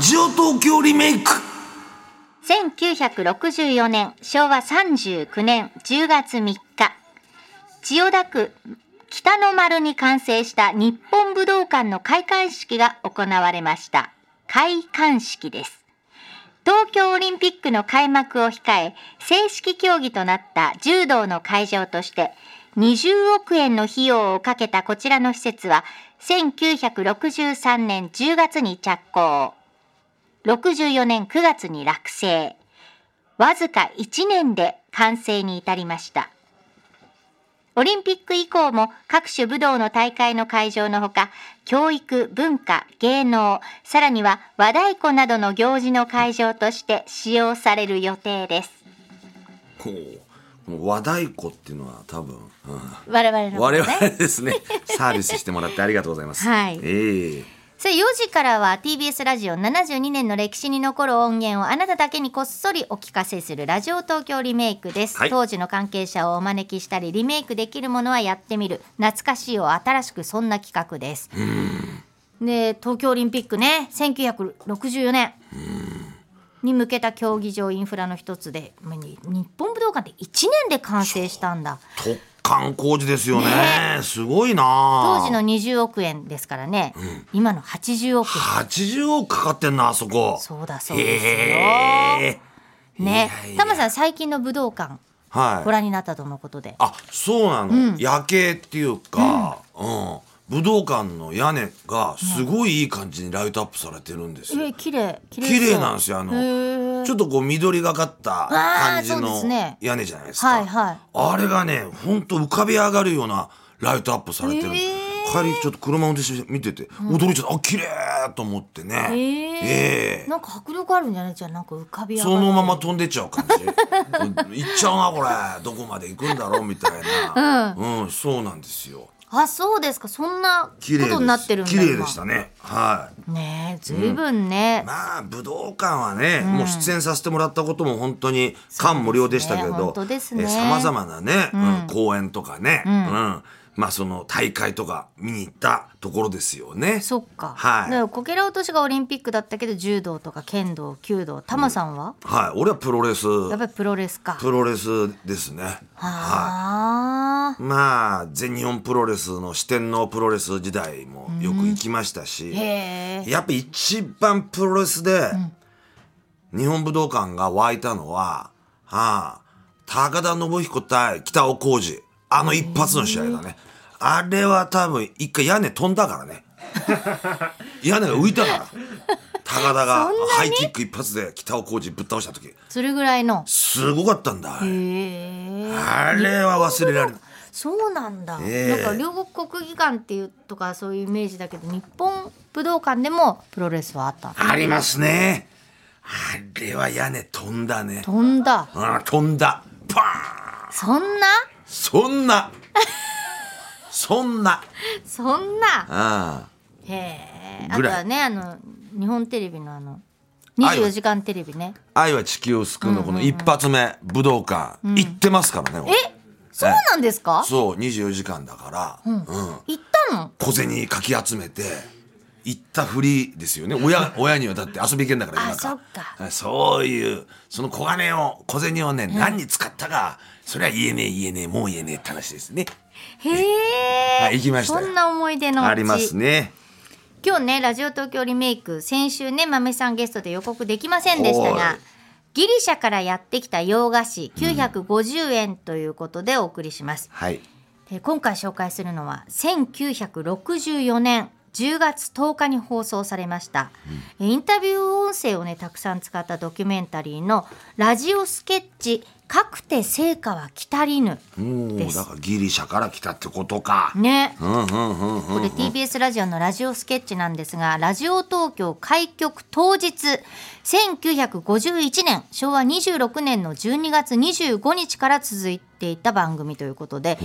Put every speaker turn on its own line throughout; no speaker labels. ジオ東京リメイク
1964年昭和39年10月3日千代田区北の丸に完成した日本武道館の開会式が行われました開館式です東京オリンピックの開幕を控え正式競技となった柔道の会場として20億円の費用をかけたこちらの施設は1963年10月に着工64年9月に落成わずか1年で完成に至りましたオリンピック以降も各種武道の大会の会場のほか教育文化芸能さらには和太鼓などの行事の会場として使用される予定です
ほうこの和太鼓っていうのは多分、うん
我々の
我
ね
々です ねサービスしてもらってありがとうございます
はい
ええ
さあ4時からは TBS ラジオ72年の歴史に残る音源をあなただけにこっそりお聞かせするラジオ東京リメイクです、
はい
当時の関係者をお招きしたりリメイクできるものはやってみる懐かしいを新しくそんな企画ですで東京オリンピックね1964年に向けた競技場インフラの一つでまあに日本武道館で1年で完成したんだ
突貫工事ですよねすごいな
当時の20億円ですからね、今の80億円
80億かかってんなあそこ
そうだそうですよ
へえい
ね
やいや
タマさん最近の武道館
はい
ご覧になったとのことで、
あそうなの、夜景っていうか、うん武道館の屋根がすごいいい感じにライトアップされてるんですよ、
え綺麗綺
綺
そう
麗なんですよあ
へ
の
ー
ちょっとこう緑がかった感じ
あーそうで
の
すね
屋根じゃないですか
はいはい
あれがねほんと浮かび上がるようなライトアップされてる、
へー
帰りちょっと車運転して見てて驚いちゃった、あ綺麗と思ってね
へー
ええ
なんか迫力あるんじゃないじゃあなんか浮かび上がる
そのまま飛んでっ ちゃう感じうん行っちゃうなこれどこまで行くんだろうみたいな、うん、そうなんですよ
あそうですかそんなこ
綺麗です
とになってるんだ
綺麗で
今
したねはい
ねえずいぶんね、
まあ武道館はね、もう出演させてもらったことも本当に感無量でしたけ
そうですね本
ど
当ですね
さまざまなね、うん公演とかね、うんまあその大会とか見に行ったところですよね。
そっか、
はい
だからこけら落としがオリンピックだったけど柔道とか剣道弓道タマさんは、
はい、俺はプロレス
やっぱりプロレスか
プロレスですね。は
あ
い。まあ全日本プロレスの四天王プロレス時代もよく行きましたし、
ーへえ
やっぱ一番プロレスで、日本武道館が湧いたのは、はあ、高田信彦対北尾浩二。あの一発の試合だね。あれは多分一回屋根飛んだから ね。屋根が浮いたから。高田がハイキック一発で北尾浩二ぶっ倒した時。
それぐらいの
すごかったんだ。あれ
へえ
あれは忘れられない。
そうなんだ、
ええ
なんか両国国技館っていうとかそういうイメージだけど日本武道館でもプロレスはあったの
ありますね。あれは屋根飛んだね。
飛んだ
うん飛んだ。パーン
そんな
そんなそんな
そんな
あ
へえあ
ぐ
と
らい
はねあの日本テレビのあの
あ
24時間テレビね
あ愛は地球を救うのこの一発目武道館行ってますからね、俺
えそうなんですか
そう24時間だから、うん
行ったの
小銭かき集めて行ったふりですよね 親親にはだって遊び行けんだから
あ
今か
そっか
そういうその小金を小銭をね何に使ったか、それは言えねえ言えねえもう言えねえって話ですね
へえ、
はい行きました
そ
よ
んな思い出のうち
ありますね
今日ねラジオ東京リメイク先週ね豆さんゲストで予告できませんでした
はい
がギリシャからやってきた洋菓子950円ということでお送りします、
はい
えー今回紹介するのは1964年10月10日に放送されました、えーインタビュー音声をねたくさん使ったドキュメンタリーの「ラジオスケッチかくて成果は来たりぬ
もう
です
だからギリシャから来たってこと」か、
ね
うんうんうんうん
これ TBS ラジオのラジオスケッチなんですがラジオ東京開局当日1951年昭和26年の12月25日から続いていた番組ということで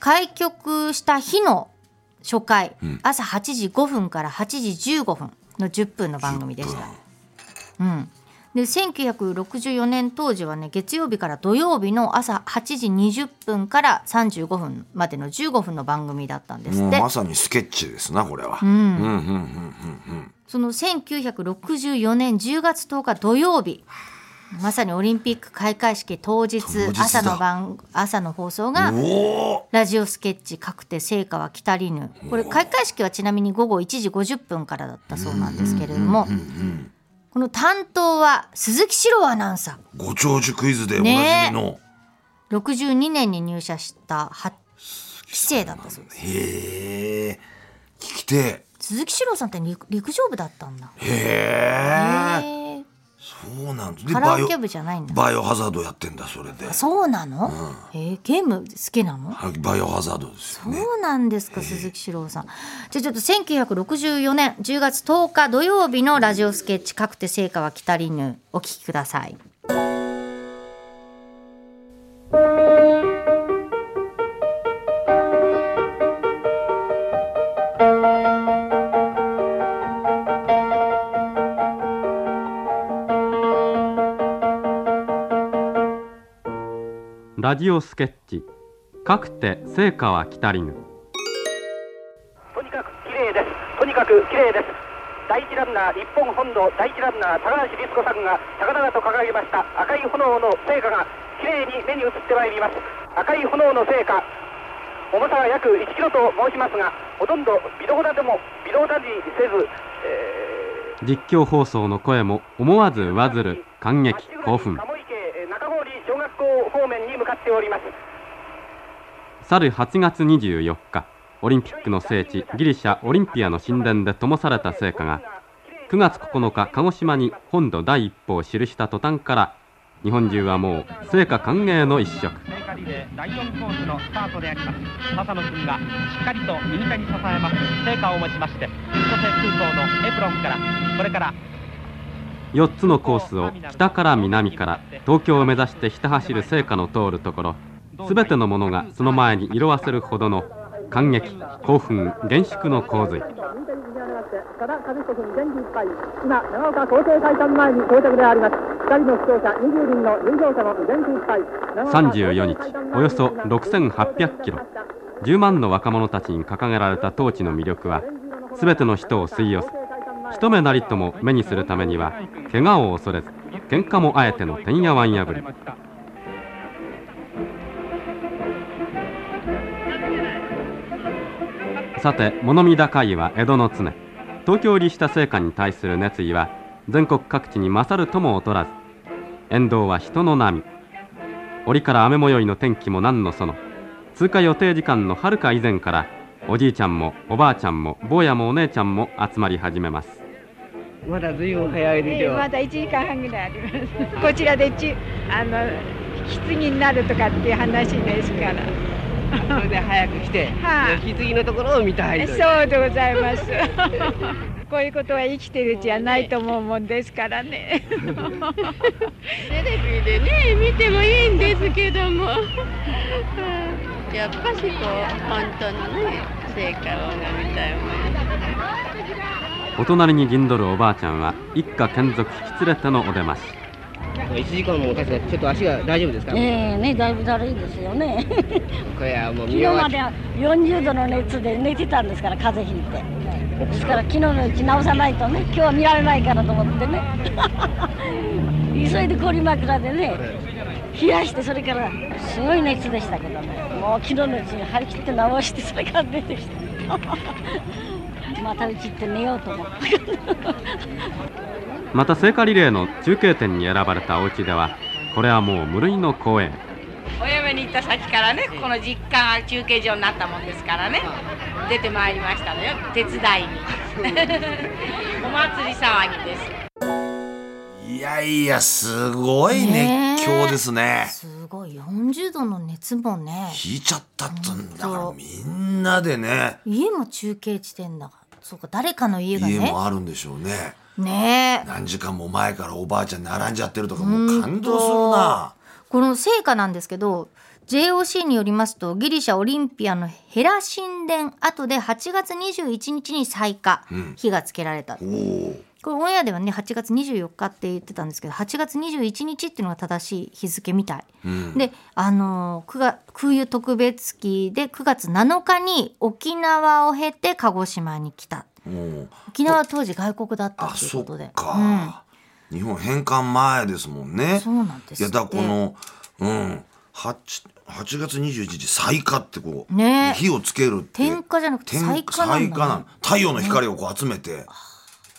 開局した日の初回、朝8時5分から8時15分の10分の番組でした。うん、で1964年当時はね月曜日から土曜日の朝8時20分から35分までの15分の番組だったんです
もう
って
まさにスケッチですなこれは、
ん
うんうんうんうん
その1964年10月10日土曜日まさにオリンピック開会式当日
当日だ
朝の番朝の放送が
うんおお
ラジオスケッチ確定成果は来たりぬこれ開会式はちなみに午後1時50分からだったそうなんですけれどもこの担当は鈴木史郎アナウンサ
ご長寿クイズでおなじみの、
ー62年に入社した8期生だったそうです
へえ聞きて
鈴木史郎さんって陸陸上部だったんだ
えへえ
へー
そうなんですで
カラ
バイ
オ
オ
ケ部じゃないんだ
バイオハザードやってんだそれで
そうなの、えーゲーム好きなの
はいバイオハザードですよね
そうなんですか、鈴木史郎さん。じゃあちょっと1964年10月10日土曜日のラジオスケッチ「かくて成果は来たりぬ」お聞きください。
ラジオスケッチかくて成果は来たりぬ
とにかく綺麗です。とにかく綺麗です。第一ランナー、日本本土第一ランナー、高橋律子さんが高々と掲げました赤い炎の聖火が綺麗に目に映ってまいります。赤い炎の聖火、重さは約1キロと申しますが、ほとんど微動だでも微動だにせず、えー
実況放送の声も思わず上ずる感激興奮
鴨池中郡小学校方面に向かっております。
去る8月24日オリンピックの聖地ギリシャオリンピアの神殿で灯された聖火が9月9日鹿児島に本土第一歩を記した途端から日本中はもう聖火歓迎の一
聖
色
火リレー第4コースのスタートであります笹野君がしっかりと右手に支えます聖火を持ちまして千歳空港のエプロンからこれから
4つのコースを北から南から東京を目指してひた走る聖火の通るところ全てのものがその前に色あせるほどの感激興奮厳粛の洪水
運転にありまして、多田和彦君元気いっぱい、今、長岡厚生会館前に到着であります。二人の負傷者、20人の入場者も元気いっぱい。
34日およそ6800キロ10万の若者たちに掲げられた統治の魅力は全ての人を吸い寄せ一目なりとも目にするためには怪我を恐れず喧嘩もあえてのてんやわんやぶりさて物見高いは江戸の常東京入りした成果に対する熱意は全国各地に勝るとも劣らず沿道は人の波折から雨模様の天気も何のその通過予定時間のはるか以前からおじいちゃんもおばあちゃんも坊やもお姉ちゃんも集まり始めます
まだ随分早いで
ええまだ1時間半ぐらいあります。こちらでちあの棺になるとかっていう話ですから。
それで早く来て
はい、
引き継ぎのところを見たいという
そうでございます。こういうことは生きてるうちはないと思うもんですからね。テレビでね見てもいいんですけども、やっぱしこう本当のね成果を見たいもん。
お隣に陣取るおばあちゃんは一家眷属引き連れてのお出まし
1時間もおかしくちょっと足が大丈夫ですか、
ええね、だいぶだるいですよね。昨
これはもう
日
身
ま
は
では40度の熱で寝てたんですから、風邪ひいて。ですから、昨日のうち直さないとね、今日は見られないからと 思ってね。急いで氷枕でね、冷やして、それから、すごい熱でしたけどね。もう昨日のうちに張り切って直して、それから出て きた。またうち行って寝ようと思ったけど。
また聖火リレーの中継点に選ばれたお家ではこれはもう無類の光栄
お嫁に行った先からねこの実家が中継所になったもんですからね出てまいりましたのよ手 伝いにお祭り騒ぎです
いやいやすごい熱狂ですね
すごい40度の熱もね
引いちゃったってんだか
ほ
ら
んと
みんなでね
家も中継地点だからそうか誰かの家が
家
ね
もあるんでしょうね
ねえ
何時間も前からおばあちゃん並んじゃってるとか
う
も
ん
う
と
感動するな
この成果なんですけど JOC によりますとギリシャオリンピアのヘラ神殿後で8月21日に再開火がつけられた
おお
これオンエアではね8月24日って言ってたんですけど8月21日っていうのが正しい日付みたい、
うん
であの9月冬特別期で9月7日に沖縄を経て鹿児島に来た
もう
沖縄は当時外国だった
あ
っていう
そ
こ
っ
とで
か、日本返還前ですもんね
うん、そうなんです
いやだからこ
で
のうん八八月二十一日彩花ってこう、
ね
火をつけるって
点火じゃなくて
天
再火なんだね
彩花なの太陽の光をこう集めて、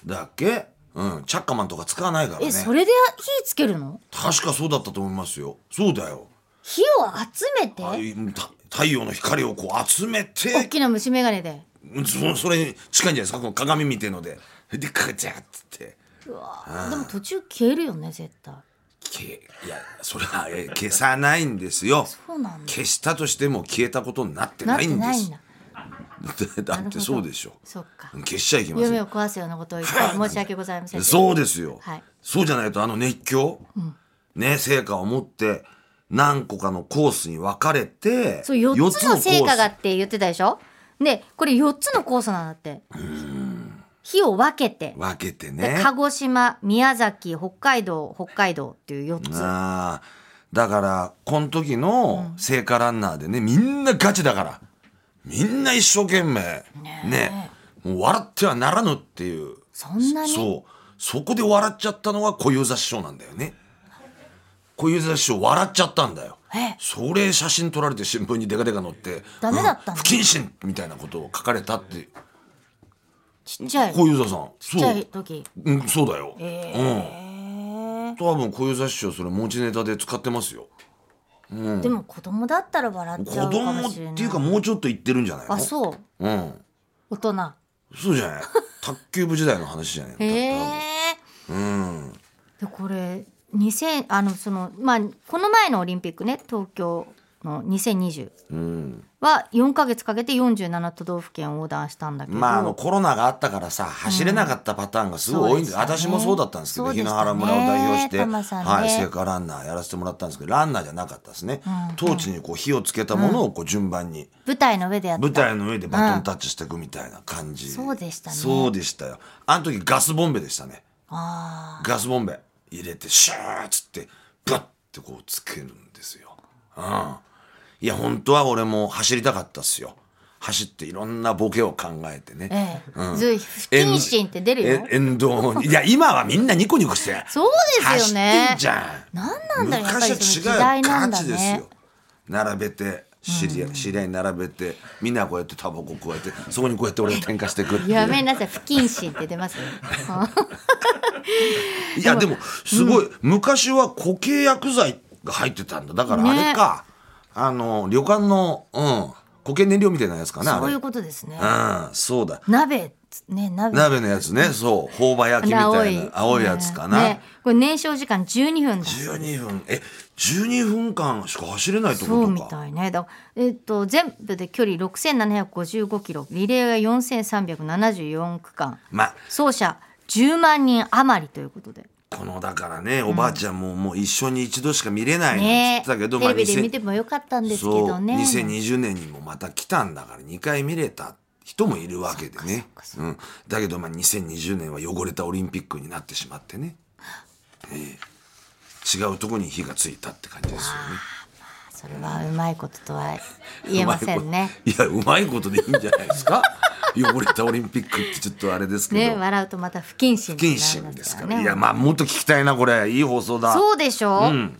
だっけうんチャッカマンとか使わないからね
えそれで火つけるの
確かそうだったと思いますよそうだよ
火を集めて
ああいうた太陽の光をこう集め
大
て
きな虫眼鏡で
そそれに近いんじゃないですかこの鏡見てのででカチャッつって
でも途中消えるよね絶対
けいやそれはえ 消さないんですよ
そうなんだ
消したとしても消えたことになって
なっ
ない
て
んで
ない
す
んだ
だ だってそうでしょ
そっか
消しちゃいけませ
夢を
ん
壊すようなことを言って申し訳ございません
そうですよ、
はい
そうじゃないとあの熱狂、ね成果を持って何個かのコースに分かれて
そう4つの成果
四つのコー
がって言ってたでしょでこれ4つのコースなんだって火を分けて
ス分けて
で
ね
鹿児島宮崎北海道北海道っていう4つ
ああだからこの時の聖火ランナーでねみんなガチだからみんな一生懸命ねもう笑ってはならぬっていう
そんなに
そうそこで笑っちゃったのが小遊三師匠なんだよね小遊三師匠笑っちゃったんだよ
え
それ写真撮られて新聞にデカデカ載って
ダメだったの
うん不謹慎みたいなことを書かれたって
ちっちゃい
小遊三さん
ちっちゃい時
そう、うん、そうだよ、
え
うん多分小遊三師匠それ持ちネタで使ってますよ
ーでも子供だったら笑っ
子
ちゃうか
供
も
っ
しれない
ていうかもうちょっと言ってるんじゃないの
あそう
うん
大人
そうじ ゃない卓球部時代の話じゃないの
へえ
多分
でこれ2000あのそのまあこの前のオリンピックね東京の2020
うん、うん、
は4ヶ月かけて47都道府県を横断したんだけど、
まああのコロナがあったからさ走れなかったパターンがすごい多いんで、
そうです
私
よね
もそうだったんですけど、
そうで
日
したね
野原村を代表して、
タマさんね
はい聖火ランナーやらせてもらったんですけどランナーじゃなかったですね、
うん
トーチにこう火をつけたものをこう順番に、
舞台の上でやった
舞台の上でバトンタッチしていくみたいな感じ、
そうでしたね
そうでしたよあの時ガスボンベでしたね
あ
ガスボンベ入れてシューッつってブッてこうつけるんですよ。うん、いや本当は俺も走りたかったっすよ。走っていろんなボケを考えてね。
あええ、
うん
ず不謹慎って出るよ
え沿道にいや今はみんなニコニコして
そうですよ
走って
ね
んじゃん。
なんなんだろうやっぱりその時
昔は違
代
う
な
ガ
んだ
チです
ね
よ。並べて知り合い知り合いに並べてみんなこうやってタバコこうやってそこにこうやって俺が点火していくっていう
やめなさい不謹慎って 出ますよ
いやでもすごい、昔は固形薬剤が入ってたんだだからあれか、あの旅館の、うん、固形燃料みたいなやつかなあ
そ
れ
ういうことですね
うんそうだ
鍋ね鍋
鍋のやつねそう朴葉焼きみたいな青いやつかな、
ね、これ燃焼時間12分だ
12分え12分間しか走れないって
そ
こ
う
と
み
か
たいねだえっと全部で距離6755キロリレーが4374区間
まあ
走者10万人余りということで
このだからねおばあちゃんも、もう一生に一度しか見れないなんて言
ね
ってたけど、
テレビで
2000
見てもよかったんですけどね
そう2020年にもまた来たんだから2回見れた人もいるわけでね、うん、だけどまあ2020年は汚れたオリンピックになってしまってね、ええ違うとこに火がついたって感じですよね。
それはうまいこととは言えませんね。
うまいこといやうまいことでいいんじゃないですか汚れたオリンピックってちょっとあれですけど、
ね笑うとまた不謹慎
不謹
になり
慎
ま
です
す
か
から
ら
ね。
いやまあもっと聞きたいなこれいい放送だ
そうでしょ、
ん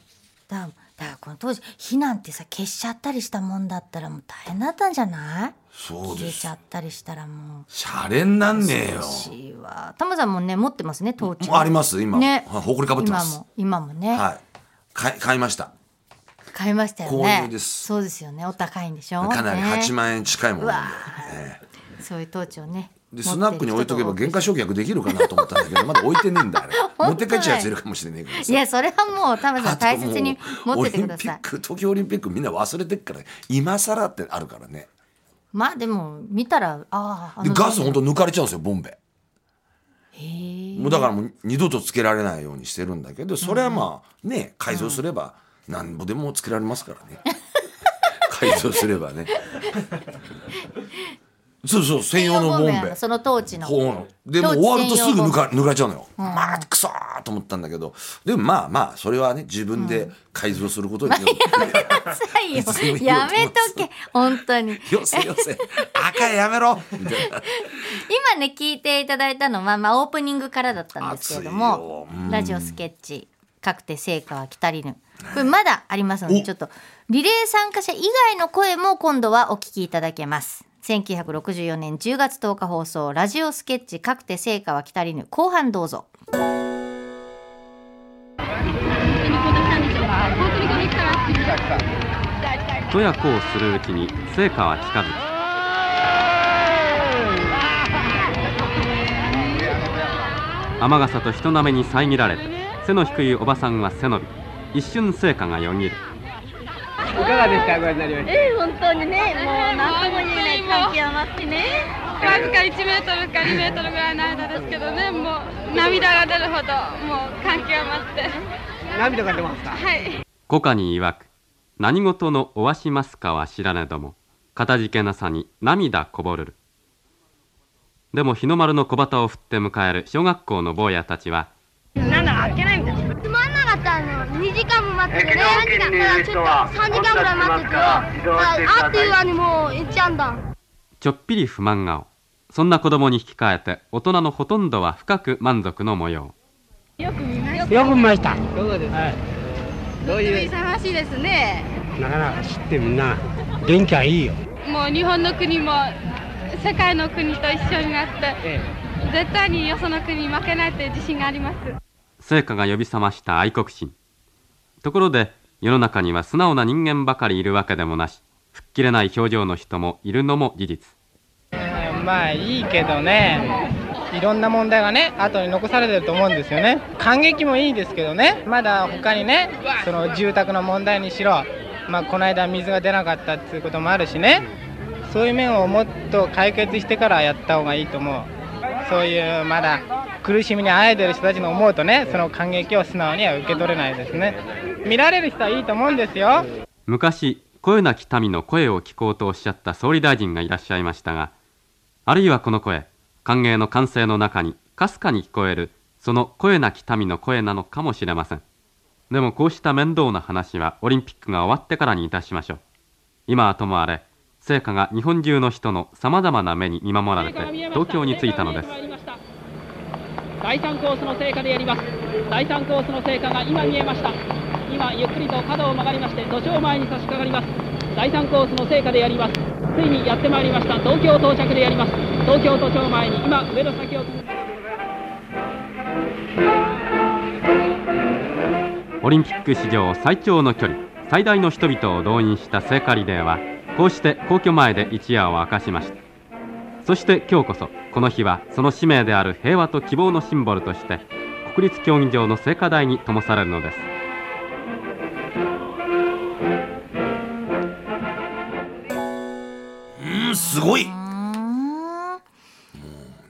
だだからこの当時火なんてさ消しちゃったりしたもんだったらもう大変だったんじゃない
そう
消
で
え
す
ちゃったりしたらもう。
シャレになんねえよ
私はタマさんもね持ってますねトーチ
あります今
ね
はほこりかぶってます
今も今もね、
はい買い買いました
買いましたよね
購入です
そうですよねお高いんでしょ
かなり
ね
8万円近いものなんで、え
そういうトーチをね
えで
持っ
ス
る
ナックに置いとけば減価償却できるかなと思ったんだけどまだ置いてねえんだ あれ持って帰っちゃうやついるかもしれないから
いやそれはもうタマさん
あとも
大
う
切に持っててくださ
オリン
い
ピック東京オリンピックみんな忘れてっから今更ってあるからね
まあでも見たらあああ
で
の
ガス本当抜かれちゃうんですよボンベ
へえ
もうだからもう二度とつけられないようにしてるんだけどそれはまあね改造すればなんぼでもつ けられますからね改造すればねそうそう専用のボンベ
その当地の
ほうでもう終わるとすぐ抜か抜かれちゃうのよ、まあくそーと思ったんだけどでもまあまあそれはね自分で改造することによって、
臭いよやめとけ本当に
よせよせ赤やめろみたいな
今ね聞いていただいたのは、まあ、オープニングからだったんですけれども
熱いよう
「ラジオスケッチ確定成果は来たりぬ」これまだありますので
お
ちょっとリレー参加者以外の声も今度はお聞きいただけます。1964年10月10日放送「ラジオスケッチ確定成果は来たりぬ」後半どうぞ。
とやこうするうちに成果は近づき雨傘と人なめに遮られて背の低いおばさんは背伸び一瞬成果がよぎる
いかがでしたご覧になりまし
ええ本当にね、もう何とも言えない感極まってね。
わずか1メートルか2メートルぐらいの間ですけどね、もう涙が出るほど、もう感極まって、
た涙が出ますか
はい、
古家に曰く何事のおわしますかは知らねどもかたじけなさに涙こぼるるでも日の丸の小旗を振って迎える小学校の坊やたちは
つまんなかったの、2時間も待ってて、ね、
駅の近くにいる人は
3時間ぐらい待っててよ、
移動してください
ああっていう間にもう行っちゃうんだ。
ちょっぴり不満顔そんな子供に引き換えて大人のほとんどは深く満足の模様
よく見ました。
どうですか、どういう
忙しいですね。
なかなか知ってみんな元気はいいよ。
もう日本の国も世界の国と一緒になって、
え
絶対によその国に負けないという自信があります。
成果が呼び覚ました愛国心ところで世の中には素直な人間ばかりいるわけでもなし吹っ切れない表情の人もいるのも事実
えまあいいけどねいろんな問題がね後に残されてると思うんですよね感激もいいですけどねまだ他にねその住宅の問題にしろまあこの間水が出なかったっていうこともあるしねそういう面をもっと解決してからやった方がいいと思うそういうまだ苦しみにあえてる人たちの思うとねその感激を素直には受け取れないですね見られる人はいいと思うんですよ
昔声なき民の声を聞こうとおっしゃった総理大臣がいらっしゃいましたがあるいはこの声歓迎の歓声の中にかすかに聞こえるその声なき民の声なのかもしれませんでもこうした面倒な話はオリンピックが終わってからにいたしましょう今はともあれ成果が日本中の人のさまざまな目に見守られて東京に着いたのです
第3コースの成果でやります第3コースの成果が今見えました今ゆっくりと角を曲がりまして土壌前に差し掛かります第3コースの成果でやりますついにやってまいりました東京到着でやります東京都庁前に今上の先を通過
オリンピック史上最長の距離最大の人々を動員した聖火リレーはこうして皇居前で一夜を明かしましたそして今日こそこの日はその使命である平和と希望のシンボルとして国立競技場の聖火台に灯されるのです
うんすごいう
ーん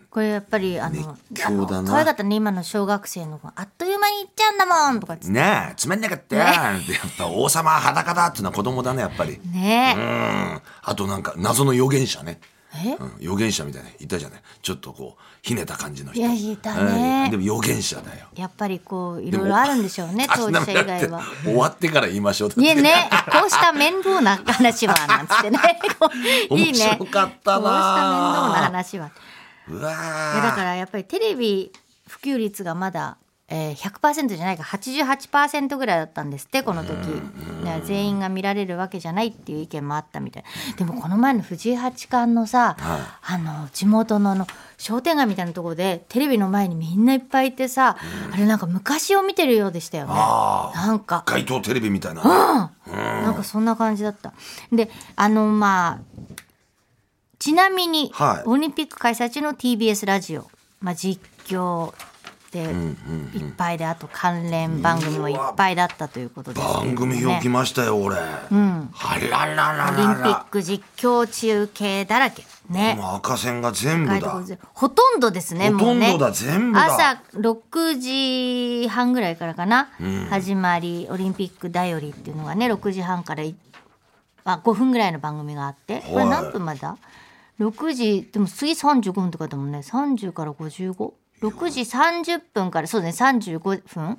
これやっぱりあの
熱狂だな
可愛かったね今の小学生の子あっという間に行っちゃうんだもんとか言って
ねえつまんなかったよってやっぱ王様は裸だっていうのは子供だねやっぱり
ね
う
え
んあとなんか謎の預言者ね
え
うん、預言者みたいないたじゃないちょっとこうひねった感じの人
いやいたね
うんでも預言者だよ
やっぱりこういろいろあるんでしょうね当事者
あ
以外は
んなのだって終わってから言いましょうだって
いえねこうした面倒な話はなんつっ てねこういいね
面白かったなあ
こうした面倒な話は
うわ
いやだか
ー
らやっぱりテレビ普及率がまだ、えー、100%じゃないか88%ぐらいだったんですってこの時だから全員が見られるわけじゃないっていう意見もあったみたいでもこの前の藤井八冠のさ、
はい
あの地元のあの商店街みたいなところでテレビの前にみんないっぱいいてさ、あれなんか昔を見てるようでしたよね
あー
なんか
街頭テレビみたいな、
なんかそんな感じだった。で、あの、まあ、ちなみに、
はい
オリンピック開催中の TBS ラジオ、まあ、実況でいっぱいで、あと関連番組もいっぱいだったということですけれどもね、
番組表来ましたよ俺、うん、あららららら
オリンピック実況中継だらけ。ね。
もう赤線が全部だ
ほとんどですね、もうね。
ほとんどだ全部だ
朝6時半ぐらいからかな、始まり、オリンピックだよりっていうのがね、6時半からい、あ、5分ぐらいの番組があって、これ
はい
何分までだ6時でも次35分とかだもんね30から556時30分からそうですね35分、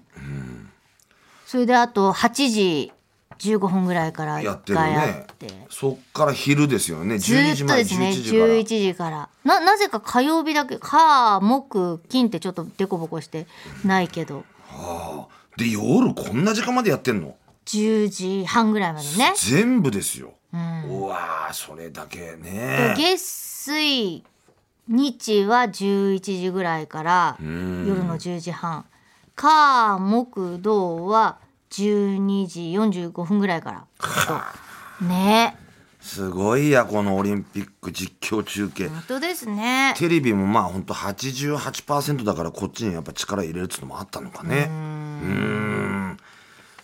それであと8時15分ぐらいから
や
1
ってる
回あ
ね
って
そっから昼ですよね
ず
12時
ーっと
前
ですね
11時から
11時からななぜか火曜日だけ火木金ってちょっとデコボコしてないけど
はあで夜こんな時間までやってんの
10時半ぐらいまでね
全部ですよ、
う
うんわーそれだけ
で
ね
月水日は11時ぐらいから
うん
夜の10時半火木土は12時45分ぐらいからとね
すごいやこのオリンピック実況中継
本当ですね
テレビもまあほんと88%だからこっちにやっぱ力入れるっつうのもあったのかねうん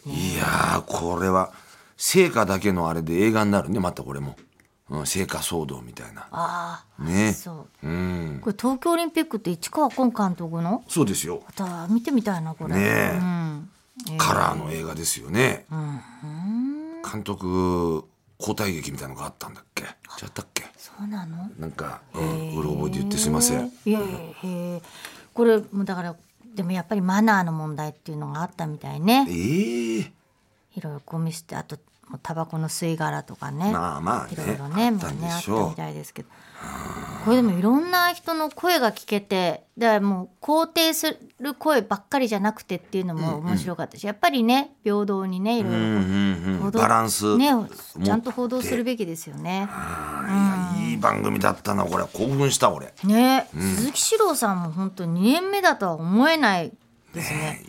いやーこれは成果だけのあれで映画になるねまたこれも、うん、成果騒動みたいな
ああ、
ね
そううんこれ東京オリンピックって市川崑監督の
そうですよ
また見てみたいなこれ、
ねえ
うんえー
カラーの映画ですよね、
うん
監督交代劇みたいなのがあったんだっけちゃったっけ
そうなの
なんか、うん、うろ覚えで言ってすいません
いやいやへえこれもうだからでもやっぱりマナーの問題っていうのがあったみたいね
ええ
いろいろゴミ捨てあともうタバコの吸い殻とかね
まあまあね
いろいろね
あっ
も
た
うん
で
ねあっ
したょう
みたいですけどこれでもいろんな人の声が聞けてでもう肯定する声ばっかりじゃなくてっていうのも面白かったし、やっぱりね平等にねいろいろ
うんうんうん
報道
バランス
ね
持って
ちゃんと報道するべきですよね。
いい番組だったなこれ興奮した俺
ね、鈴木史郎さんも本当2年目だとは思えないですね。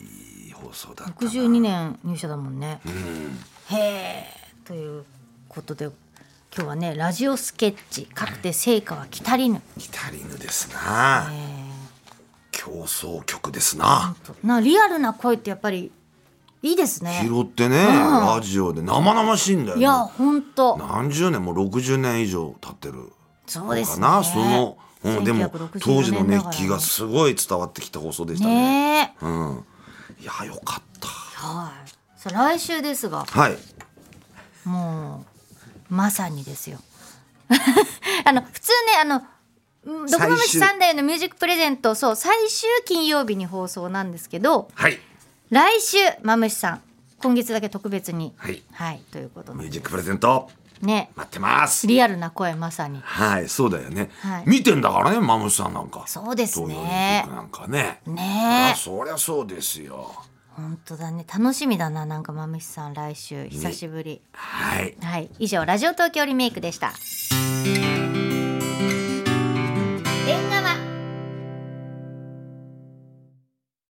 いい放送だった
62年入社だもんね。
うん
へえということで今日はねラジオスケッチかくて成果は来たりぬ。
キタリヌですな競争曲ですな
なリアルな声ってやっぱりいいですね。
拾ってねラジオで生々しいんだよ
い
ね
や本当
何十年もう60年以上経ってる
そうですね。
かなその、う
1964
ん、でも当時の
年だ
熱
からね
気がすごい伝わってきた放送でしたね
ねえ。
うんいやよかっ
はい。さあ来週ですが。
たはい
もうまさにですよ。 あの普通ねあのうん「ドクマムシ
最終
三代のミュージックプレゼント」そう最終金曜日に放送なんですけど
はい
来週マムシさん今月だけ特別に
はい
はいということ
ミュ
で
ージックプレゼント
ね
待ってます
リアルな声まさに
はいそうだよね、
はい
見てんだからねマムシさんなんか
そうです
東
ね
京オリンピックなんかね
ね
あそりゃそうですよ
本当だね楽しみだななんかマムシさん来週久しぶり
はい
はい以上ラジオ東京リメイクでした